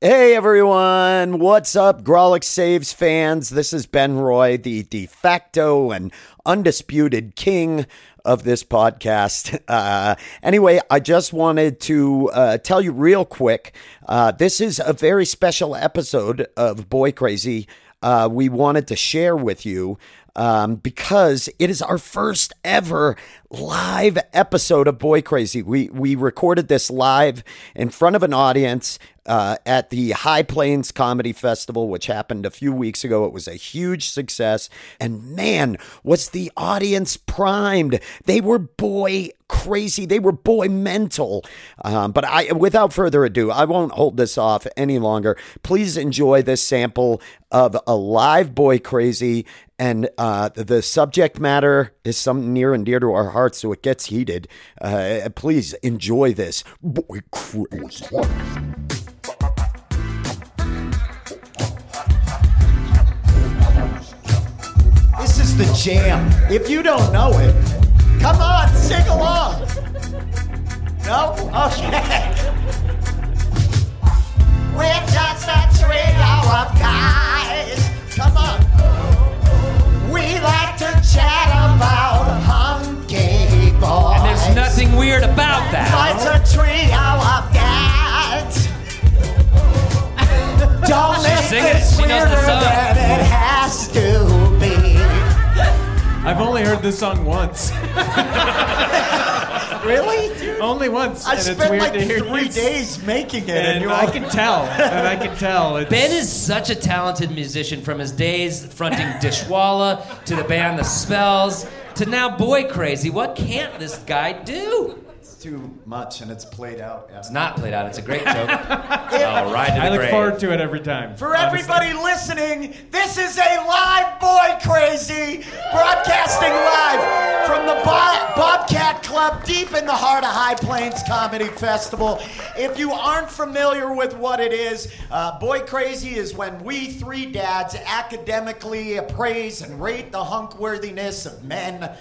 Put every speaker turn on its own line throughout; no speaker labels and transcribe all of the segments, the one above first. Hey everyone, what's up, Grolic Saves fans? This is Ben Roy, the de facto and undisputed king of this podcast. Uh, anyway, I just wanted to uh, tell you real quick uh, this is a very special episode of Boy Crazy. Uh, we wanted to share with you um, because it is our first ever live episode of Boy Crazy. We we recorded this live in front of an audience uh, at the High Plains Comedy Festival, which happened a few weeks ago. It was a huge success, and man, was the audience primed. They were boy crazy. They were boy mental. Um, but I, without further ado, I won't hold this off any longer. Please enjoy this sample of a live boy crazy. And uh, the- the subject matter is something near and dear to our hearts, so it gets heated. Uh, please enjoy this. Boy crazy. This is the jam. If you don't know it, come on, sing along. No? Okay. We're just a trio of guys. Come on. We like to chat about hunky boys.
And there's nothing weird about that.
It's a trio of guys. Don't make
singing.
this
She knows
weirder
the song.
than it has to be.
I've only heard this song once.
Really?
only once.
I
and it's
spent
weird
like
to hear
three
this.
days making it, and,
And
you're
I
like,
can tell. And I can tell. It's,
Ben is such a talented musician from his days fronting Dishwalla to the band The Spells to now Boy Crazy. What can't this guy do?
it's too much, and it's played out.
It's not played out. It's a great joke. All right, to the
I look
grave.
forward to it every time.
For everybody listening, this is a live boy crazy broadcasting live from the Bo- Bobcat Club deep in the heart of High Plains Comedy Festival. If you aren't familiar with what it is, uh, Boy Crazy is when we three dads academically appraise and rate the hunk worthiness of men.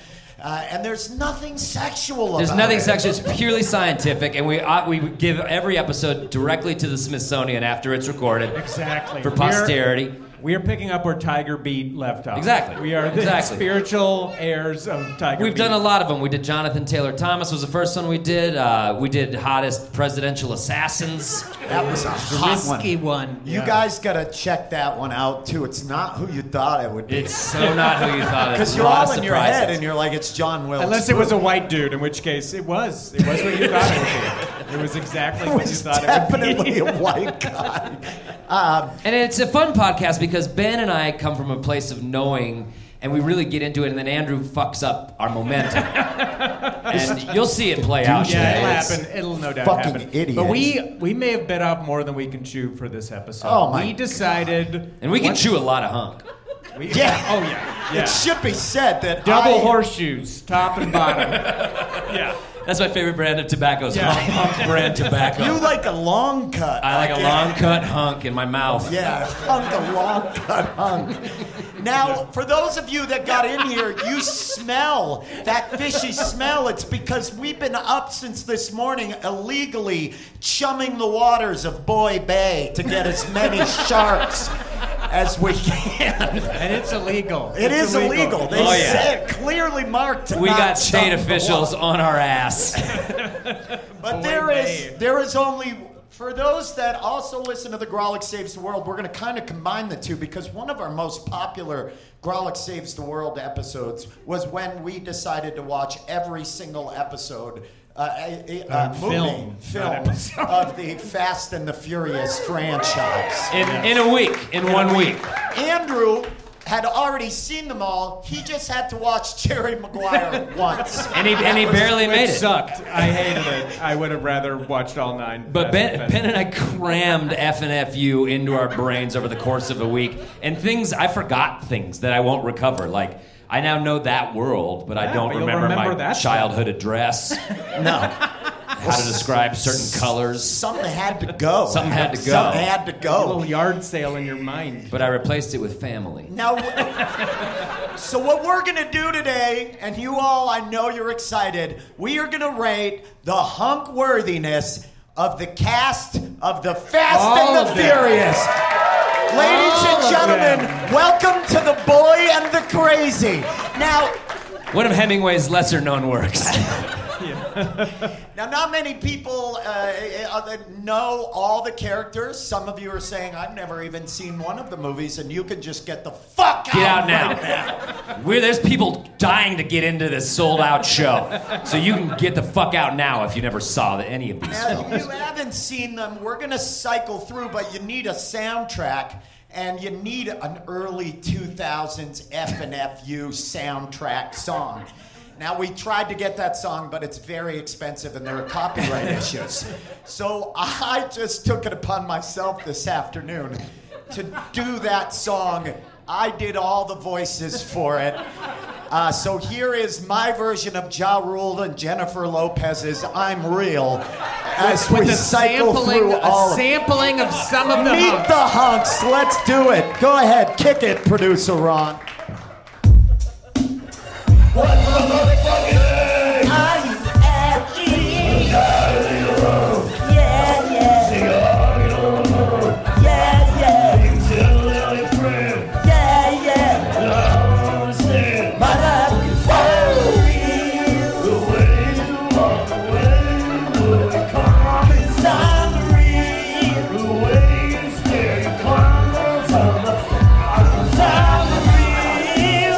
Uh, and there's nothing sexual
There's
about
nothing
it.
sexual. It's purely scientific, and we uh, we give every episode directly to the Smithsonian after it's recorded.
Exactly.
For
We're-
posterity.
We are picking up where Tiger Beat left off.
Exactly.
We are the
Exactly.
spiritual heirs of Tiger
We've
Beat.
done a lot of them. We did Jonathan Taylor Thomas was the first one we did. Uh, we did hottest presidential assassins.
That was a hot
risky one.
You guys gotta check that one out too. It's not who you thought it would be.
It's so not who you thought it
Because
was.
you're
A lot
all
of
in your head
surprises.
and you're like, it's John Wilkes.
Unless it was a white dude, in which case it was. It was what you thought it would be. It was exactly
It
what you
was
thought it would be.
definitely a white guy.
And it's a fun podcast because Ben and I come from a place of knowing and we really get into it, and then Andrew fucks up our momentum. and you'll see it play out.
Yeah,
today.
it'll
It's-
happen. It'll no doubt
Fucking
happen.
idiots.
But we we may have bit off more than we can chew for this episode.
Oh, my
We decided,
And we can
What?
chew a lot of hunk.
We,
Yeah.
Oh yeah. Yeah.
It should be said that
Double
I-
horseshoes, top and bottom. yeah.
That's my favorite brand of tobacco. is
Yeah.
Hunk hunk brand tobacco.
You like a long cut.
I like a
guess.
long cut hunk in my mouth.
Yeah, hunk a long cut hunk. Now, for those of you that got in here, you smell that fishy smell. It's because we've been up since this morning illegally chumming the waters of Boy Bay to get as many sharks as we can.
And it's illegal.
It is illegal. They
Oh, yeah.
said clearly marked. To
We
not
got state
chum the
officials on our ass.
But
Boy,
Oh,
there is
babe.
there is only for those that also listen to the Grolic Saves the World, we're going to kind of combine the two because one of our most popular Grolic Saves the World episodes was when we decided to watch every single episode. Uh, a, a, a
Uh,
movie,
film, not
film
episode.
of the Fast and the Furious franchise.
In, in a week, in, one week.
Andrew had already seen them all. He just had to watch Jerry Maguire once.
And he, and he barely made
It
it.
sucked. I hated it. I would have rather watched all nine.
But Ben,
That's-
ben and I crammed F and FU into our brains over the course of a week, and things I forgot things that I won't recover. Like I now know that world, but I
Yeah,
don't
but you'll
remember, my
remember that stuff.
childhood address,
No.
how to describe certain colors.
Something had to go.
Something had to go.
Something had to
a little
go.
yard sale in your mind.
But I replaced it with family.
Now, so what we're gonna do today, and you all, I know you're excited. We are gonna rate the hunk worthiness of the cast of the Fast
All
and the
of them.
Furious. Ladies
All
and
of
gentlemen, welcome to the boy and the crazy. Now,
One of Hemingway's lesser known works.
Now, not many people uh, uh, know all the characters. Some of you are saying, I've never even seen one of the movies, and you can just get the fuck
Get out
out,
now. We're, there's people dying to get into this sold out show. So you can get the fuck out now if you never saw the, any of these
Now,
films.
if you haven't seen them, we're going to cycle through, but you need a soundtrack, and you need an early 2000s FNFU soundtrack song. Now, we tried to get that song, but it's very expensive and there are copyright issues. So I just took it upon myself this afternoon to do that song. I did all the voices for it. Uh, so here is my version of Ja Rule and Jennifer Lopez's I'm Real as we
With a
cycle
sampling,
through all
a
of
sampling of some of the
Meet the hunks. Let's do it. Go ahead. Kick it, producer Ron.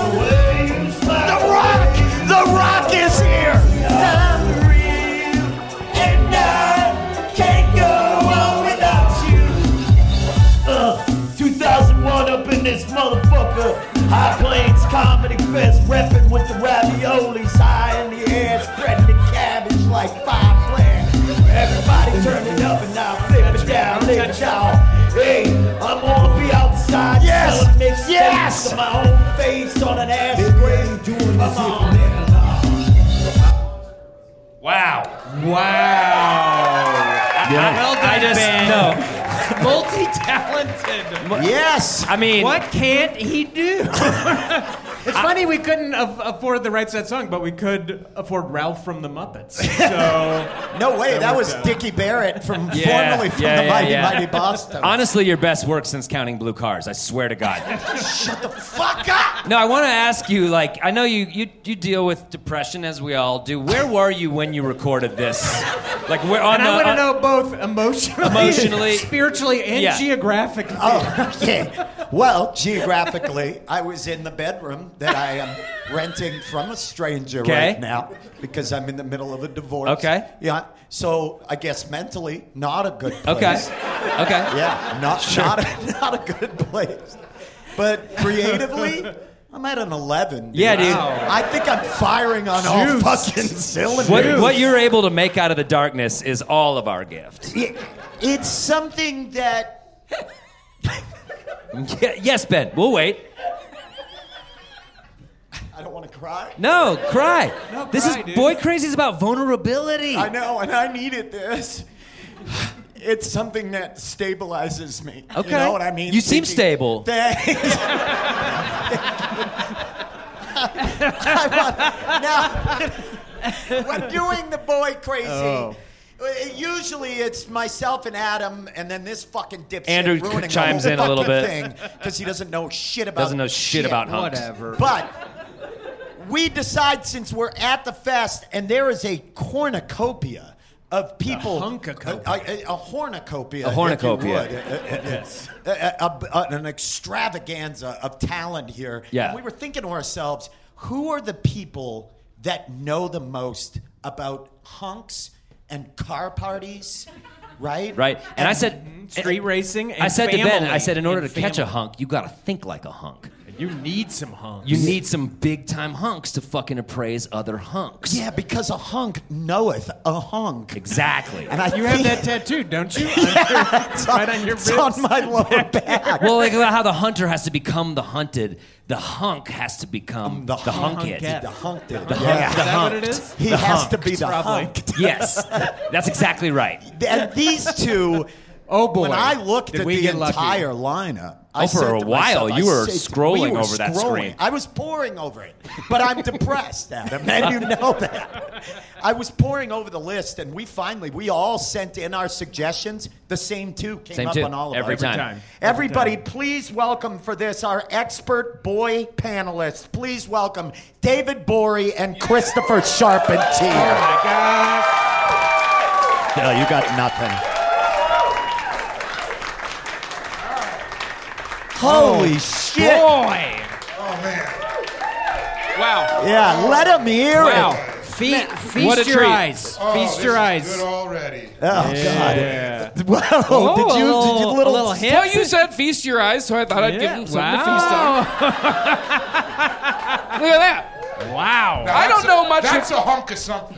The Rock! The Rock is here!
Uh, Motherfucker, high plains comedy fest, reppin' with the raviolis high in the air, spreading the cabbage like five flares. Everybody turning up and now flipping down, niggas out. Hey, I'm gonna be outside,
Yes!
selling mixtapes
Yes!
to my own face on an ass grave, doing my own.
Wow.
Wow.
Well done, I just,
Ben.
no.
multi-talented.
Yes!
I mean,
What can't he do?
It's funny we couldn't af- afford the rights to that song, but we could afford Ralph from the Muppets. So
No way, that was
worked out.
Dickie Barrett from
Yeah,
formerly from
yeah,
the
yeah,
Mighty
yeah.
Mighty Boston.
honestly, your best work since counting blue cars. I swear to God.
Shut the fuck up!
No, I want to ask you. Like, I know you, you you deal with depression as we all do. Where were you when you recorded this? Like, where on
And
the
I want to
on-
know both emotionally,
uh, Emotionally.
spiritually, and
Yeah.
geographically.
Oh, yeah. Well, geographically, I was in the bedroom that I am renting from a stranger
Okay.
right now because I'm in the middle of a divorce.
Okay.
Yeah. So I guess mentally, not a good place.
Okay, okay.
Yeah, not not, a, not a good place. But creatively, I'm at an 11. dude.
Yeah, dude. Wow.
I think I'm firing on
Juice.
all fucking cylinders.
What, what you're able to make out of the darkness is all of our gift.
It- it's something that
Yeah, yes, Ben. We'll wait.
I don't want to cry.
No, cry.
No,
this
cry,
is
dude.
boy crazy is about vulnerability.
I know, and I needed this. It's something that stabilizes me.
Okay.
You know what I mean?
You
Thinking-
seem stable.
Thanks. I'm on- now, when doing the boy crazy,
Oh.
uh, usually it's myself and Adam, and then this fucking dipshit
Andrew
ruining the
chimes
whole
in a little
fucking
bit.
thing because he doesn't know shit about
Doesn't know shit, about hunks.
Whatever.
But we decide since we're at the fest and there is a cornucopia of people.
hunkacopia.
A, a, a hornucopia.
A hornucopia.
if you would. A- a- a- a- a- a- an extravaganza of talent here.
Yeah.
And we were thinking to ourselves, who are the people that know the most about hunks and car parties? Right?
Right. And, I said
Street racing and
I said to Ben, I
family
said in order to
and
catch a
family.
hunk, you gotta think like a hunk.
you need some honk.
You need some big time hunks to fucking appraise other hunks.
Yeah, because a hunk knoweth a hunk.
Exactly.
And I
You have
think-
that tattoo, don't you?
It's
right on your
it's on
ribs.
my lower back.
well, like about how the hunter has to become the hunted, the hunk has to become the, hunked.
The hunked. The
Is that what
hunked.
it is?
He has to be the
probably.
hunked.
Yes, that's exactly right.
And these two
Oh, boy.
When I looked
Did
at
we
the
get lucky.
entire lineup, I
Oh, for
said
a
to
while,
myself- I
you were
said-
scrolling
we were
over that
scrolling.
screen.
I was pouring over it, but I'm depressed, Adam, and you know that. I was pouring over the list, and we finally we all sent in our suggestions. The same two came
Same
up
two,
on all of
every
ours.
time.
time.
Everybody, please welcome for this our expert boy panelists. Please welcome David Bory and Christopher Charpentier.
My gosh.
No, you got nothing.
Oh,
Holy shit!
Boy.
Wow.
Yeah, let him hear it.
Wow.
Fe- feast
What a
your
treat.
eyes.
Oh,
Feast
this
your
is
eyes.
Good already.
Oh God! Wow! did you did you
a
little,
little hint?
Well, you said feast your eyes, so I thought I'd give
Yeah.
him something to feast on. Look at that.
Wow.
I
That's
don't know
a,
much
That's a hunk of something.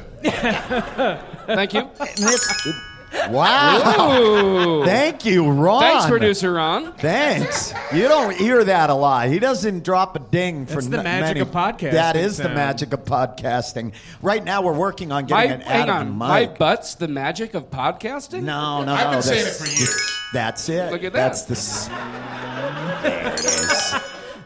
Thank you.
this- Wow!
Ooh.
Thank you, Ron.
Thanks, producer Ron.
Thanks. You don't hear that a lot. He doesn't drop a ding for
That's the
n-
magic
many-
of podcasting,
That is the
Sam.
magic of podcasting. Right now, we're working on
My,
getting an
hang
Adam
on.
and
My
Mike.
butt's the magic of podcasting?
no, no,
I've
no.
been saying it
this-
for years.
That's it.
Look at
That's
that.
the. s- There it is.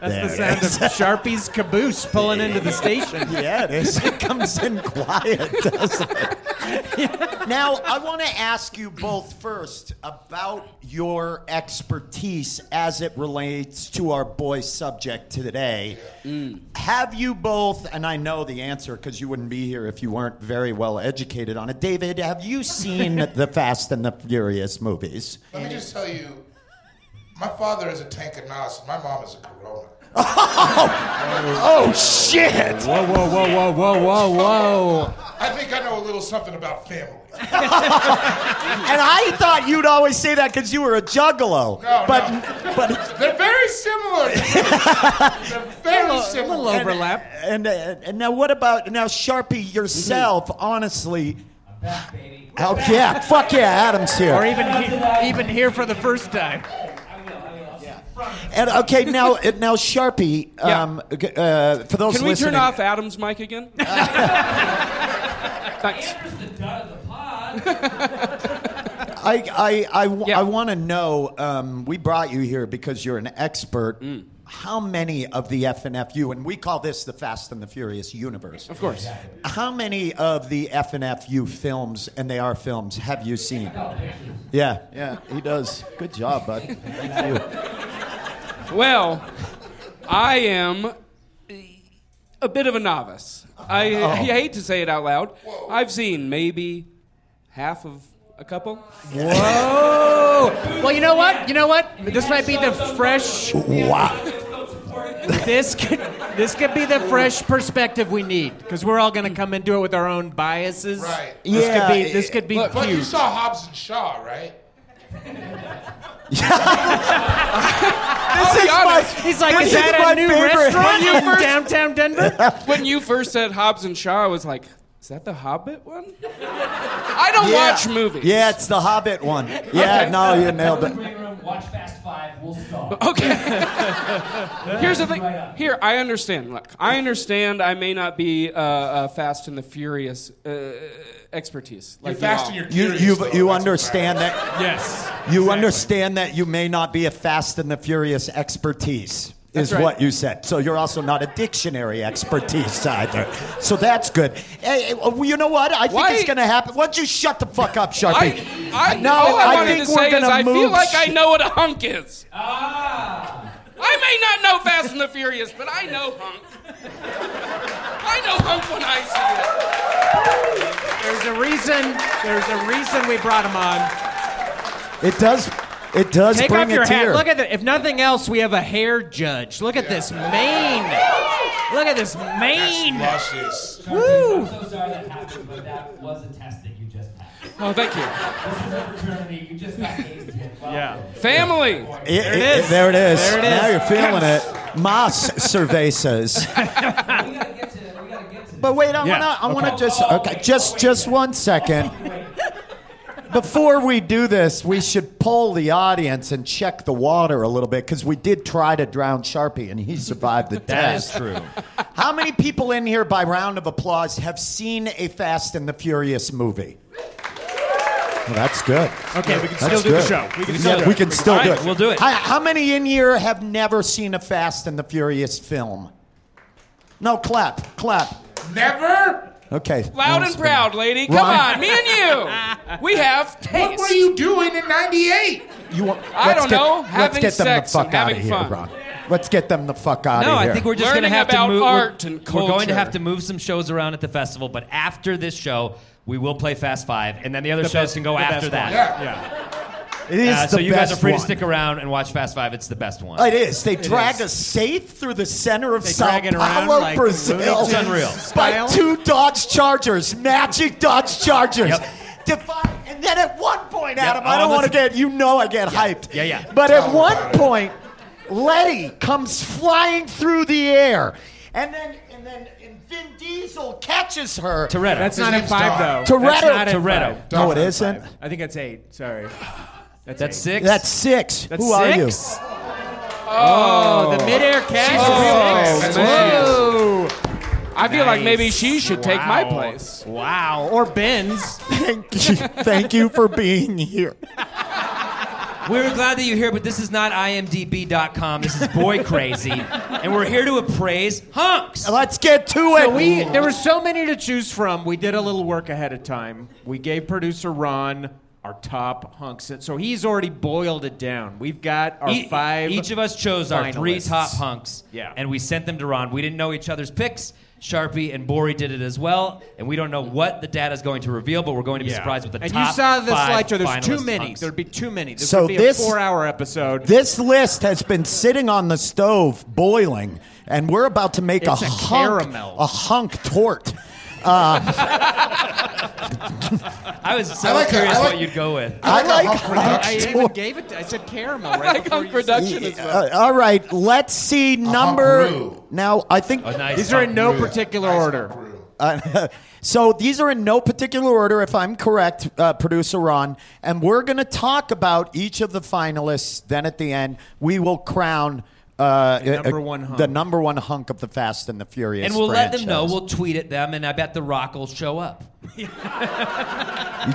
That's the
There it
sound of Sharpie's caboose pulling into the station.
Yeah, it is. It comes in quiet, doesn't it? Now, I want to ask you both first about your expertise as it relates to our boy subject today. Have you both, and I know the answer because you wouldn't be here if you weren't very well educated on it, David, have you seen the Fast and the Furious movies?
Let me just tell you, my father is a Tankanasa. My mom is a Corona.
Oh, shit!
Whoa, whoa, whoa, whoa, whoa, whoa, whoa.
I think I know a little something about family.
And I thought you'd always say that because you were a juggalo.
No,
but,
no.
but
They're very similar. They're very uh, similar.
Overlap.
And, uh, and and now what about now Sharpie yourself? Honestly, oh yeah, fuck yeah, Adam's
Or
here.
even he, even here for the first time.
And okay, now uh, now Sharpie, um, g- uh, for those
Can we
listening,
turn off Adam's mic again? Thanks.
I I I, w-
Yeah.
I want to know. Um, we brought you here because you're an expert.
Mm.
How many of the FNFU, and we call this the Fast and the Furious universe? Of
course.
How many of the FNFU films, and they are films, have you seen? Yeah, yeah, he does. Good job, bud. Thank you.
Well, I am a bit of a novice. I, I hate to say it out loud. I've seen maybe half of a couple.
Well, you know what? You know what? This might be the fresh.
Wow.
This could this could be the fresh perspective we need because we're all going to come into it with our own biases.
Right.
This
Yeah,
could be. This could be
But you
huge.
saw Hobbs and Shaw, right?
This is
honest,
my,
He's like,
this
is that
my
a new
favorite.
restaurant in downtown Denver?
When you first said Hobbs and Shaw, I was like, is that the Hobbit one? I don't
Yeah.
watch movies.
Yeah, it's the Hobbit one. Yeah,
Okay.
no, you nailed it.
Green room, watch Fast Five, we'll stop.
Okay. Here's the thing. Here, I understand. Look, I understand. I may not be uh, uh, Fast and the Furious uh, expertise.
You're
Like
fast
all.
and you're
You
curious.
you
though.
you
That's
understand
what
that
Yes.
you understand that you may not be a Fast and the Furious expertise. Is
That's right.
what you said. So you're also not a dictionary expertise either. So that's good. Hey, hey, well, you know what? I think
Why-
it's going to happen. Why don't you shut the fuck up, Sharpie?
I, I,
no,
all I,
I
wanted
think
to
we're
say is
gonna
I feel
move
like I
sh-
know what a hunk is. Ah. I may not know Fast and the Furious, but I know hunk. I know hunk when I see it.
There's a reason. There's a reason we brought him on.
It does. It does
Take
bring
off your
a tear.
hat. Look at it. If nothing else, we have a hair judge. Look at this mane. Look at this mane.
That's luscious.
Woo.
I'm so sorry that happened, but that was a test that you just passed.
Oh, thank you.
This is a fraternity, you just got eight to ten. Well,
Yeah.
Family.
there,
it is.
there it is.
There it is.
Now you're feeling it. Mas cervezas.
We gotta get to, we gotta get to
But wait, I
Yeah,
wanna, I wanna just, okay, just, just one second. Before we do this, we should poll the audience and check the water a little bit because we did try to drown Sharpie and he survived the test.
true.
How many people in here, by round of applause, have seen a Fast and the Furious movie? Well, that's good.
Okay, we can
That's
still do
good.
the show. We can
still
still
do
do
it.
We can still
All
do
right,
it.
we'll do it.
Hi- how many in here have never seen a Fast and the Furious film? No, clap, clap.
Never?
Okay.
Loud
Ron
and
Spinner.
proud, lady. Come
Ron-
on, me and you. We have taste.
What were you doing in 98?
You want,
I
let's
don't
get-
know,
Let's
having
get them the
sex
fuck
and
out of
having
here,
fun.
Ron. Let's get them the fuck out
No,
of here.
I think we're just
Learning
going to have to
about
move.
art
we're,
and
we're going to
culture.
have to move some shows around at the festival, but after this show, we will play Fast Five, and then the other shows can go after that.
Yeah.
Yeah.
it is
Uh,
the
so you
best
guys are free
one.
to stick around and watch Fast Five. It's the best one.
It is. They drag us safe through the center of
They
Sao
drag it around
Paulo,
like
Brazil.
Looney Tunes
It's unreal.
By
style.
two Dodge Chargers, magic Dodge Chargers.
Yep.
Defi- and then at one point,
Yep,
Adam, I
Oh,
all
don't
of
want to
us-
get, you know I get hyped.
yeah, yeah.
But at
Tell
one
about it.
point, Letty comes flying through the air. And then, and then and Vin Diesel catches her.
Toretto.
That's not in
name's
five,
Tom.
though. That's
Toretto.
not in
Toretto.
five.
no, it isn't.
I think that's eight. Sorry. That's,
That's
eight.
six.
That's six.
That's
Who
six?
are you?
Oh, the midair catch.
That's what it is.
Oh, I feel like maybe she should take my place.
Wow. Or Ben's.
Thank you. Thank you for being here.
We're glad that you're here, but this is not IMDb.com. This is Boy Crazy, and we're here to appraise hunks.
Let's get to it.
So we
Oh.
there were so many to choose from. We did a little work ahead of time. We gave producer Ron our top hunks, so he's already boiled it down. We've got our
E-
five.
Each of us chose our three
finalists.
top hunks,
Yeah.
and we sent them to Ron. We didn't know each other's picks. Sharpie and Bori did it as well, and we don't know what the data is going to reveal, but we're going to be
Yeah.
surprised with the
and
top
you saw the
five
slideshow. There's too
finalist
many.
hunks.
There'd be too many. This
So
would be
this-
a four-hour episode.
This list has been sitting on the stove boiling, and we're about to make
It's
a,
a
hunk,
caramel.
a hunk tort.
I was so
I like that.
curious
I like-
what you'd go with.
I
I like, a
like-
hunk
I
production.
even gave it. I said caramel right
Like
before
on
you
production as well.
Uh, all right, let's see number.
roux.
Now I think
A nice
said- These are in
hunk.
no particular order.
uh, so. These are in no particular order, if I'm correct, uh, producer Ron. And we're going to talk about each of the finalists. Then at the end, we will crown. Uh,
The number
uh,
one hunk.
the number one hunk of the Fast and the Furious,
And we'll let them know.
franchise.
We'll tweet at them, and I bet The Rock will show up.
You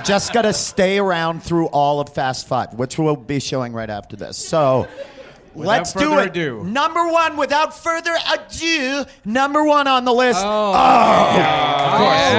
just got to stay around through all of Fast Five, which we'll be showing right after this. So let's do
further
it.
ado.
Number one, without further ado, number one on the list. Oh,
Oh.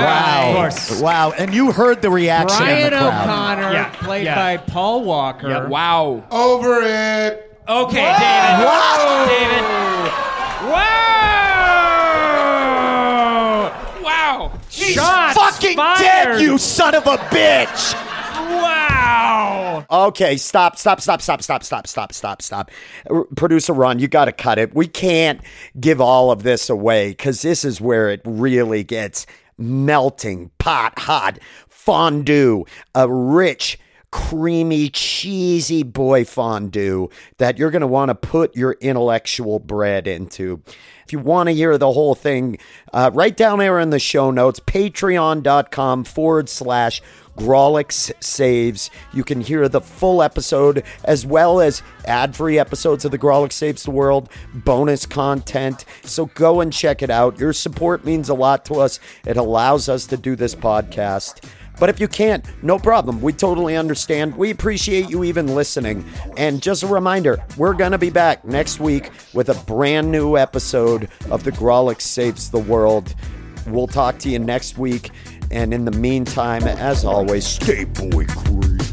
wow. Wow. And you heard the reaction in the
Brian
crowd.
O'Connor,
Yeah.
played
Yeah.
by Paul Walker.
Wow.
Over it.
Okay, David.
Wow.
David.
Oh.
Wow! Wow!
He's fucking dead, you son of a bitch.
Wow!
Okay, stop, stop, stop, stop, stop, stop, stop, stop, stop. R- Producer Ron, you got to cut it. We can't give all of this away because this is where it really gets melting pot hot fondue, a rich, creamy, cheesy boy fondue that you're going to want to put your intellectual bread into. If you want to hear the whole thing, uh, right down there in the show notes, patreon.com forward slash Grolix Saves. You can hear the full episode as well as ad free episodes of the Grolix Saves the World, bonus content. So go and check it out. Your support means a lot to us, it allows us to do this podcast. But if you can't, no problem. We totally understand. We appreciate you even listening. And just a reminder, we're going to be back next week with a brand new episode of The Grolix Saves the World. We'll talk to you next week. And in the meantime, as always, stay boy crazy.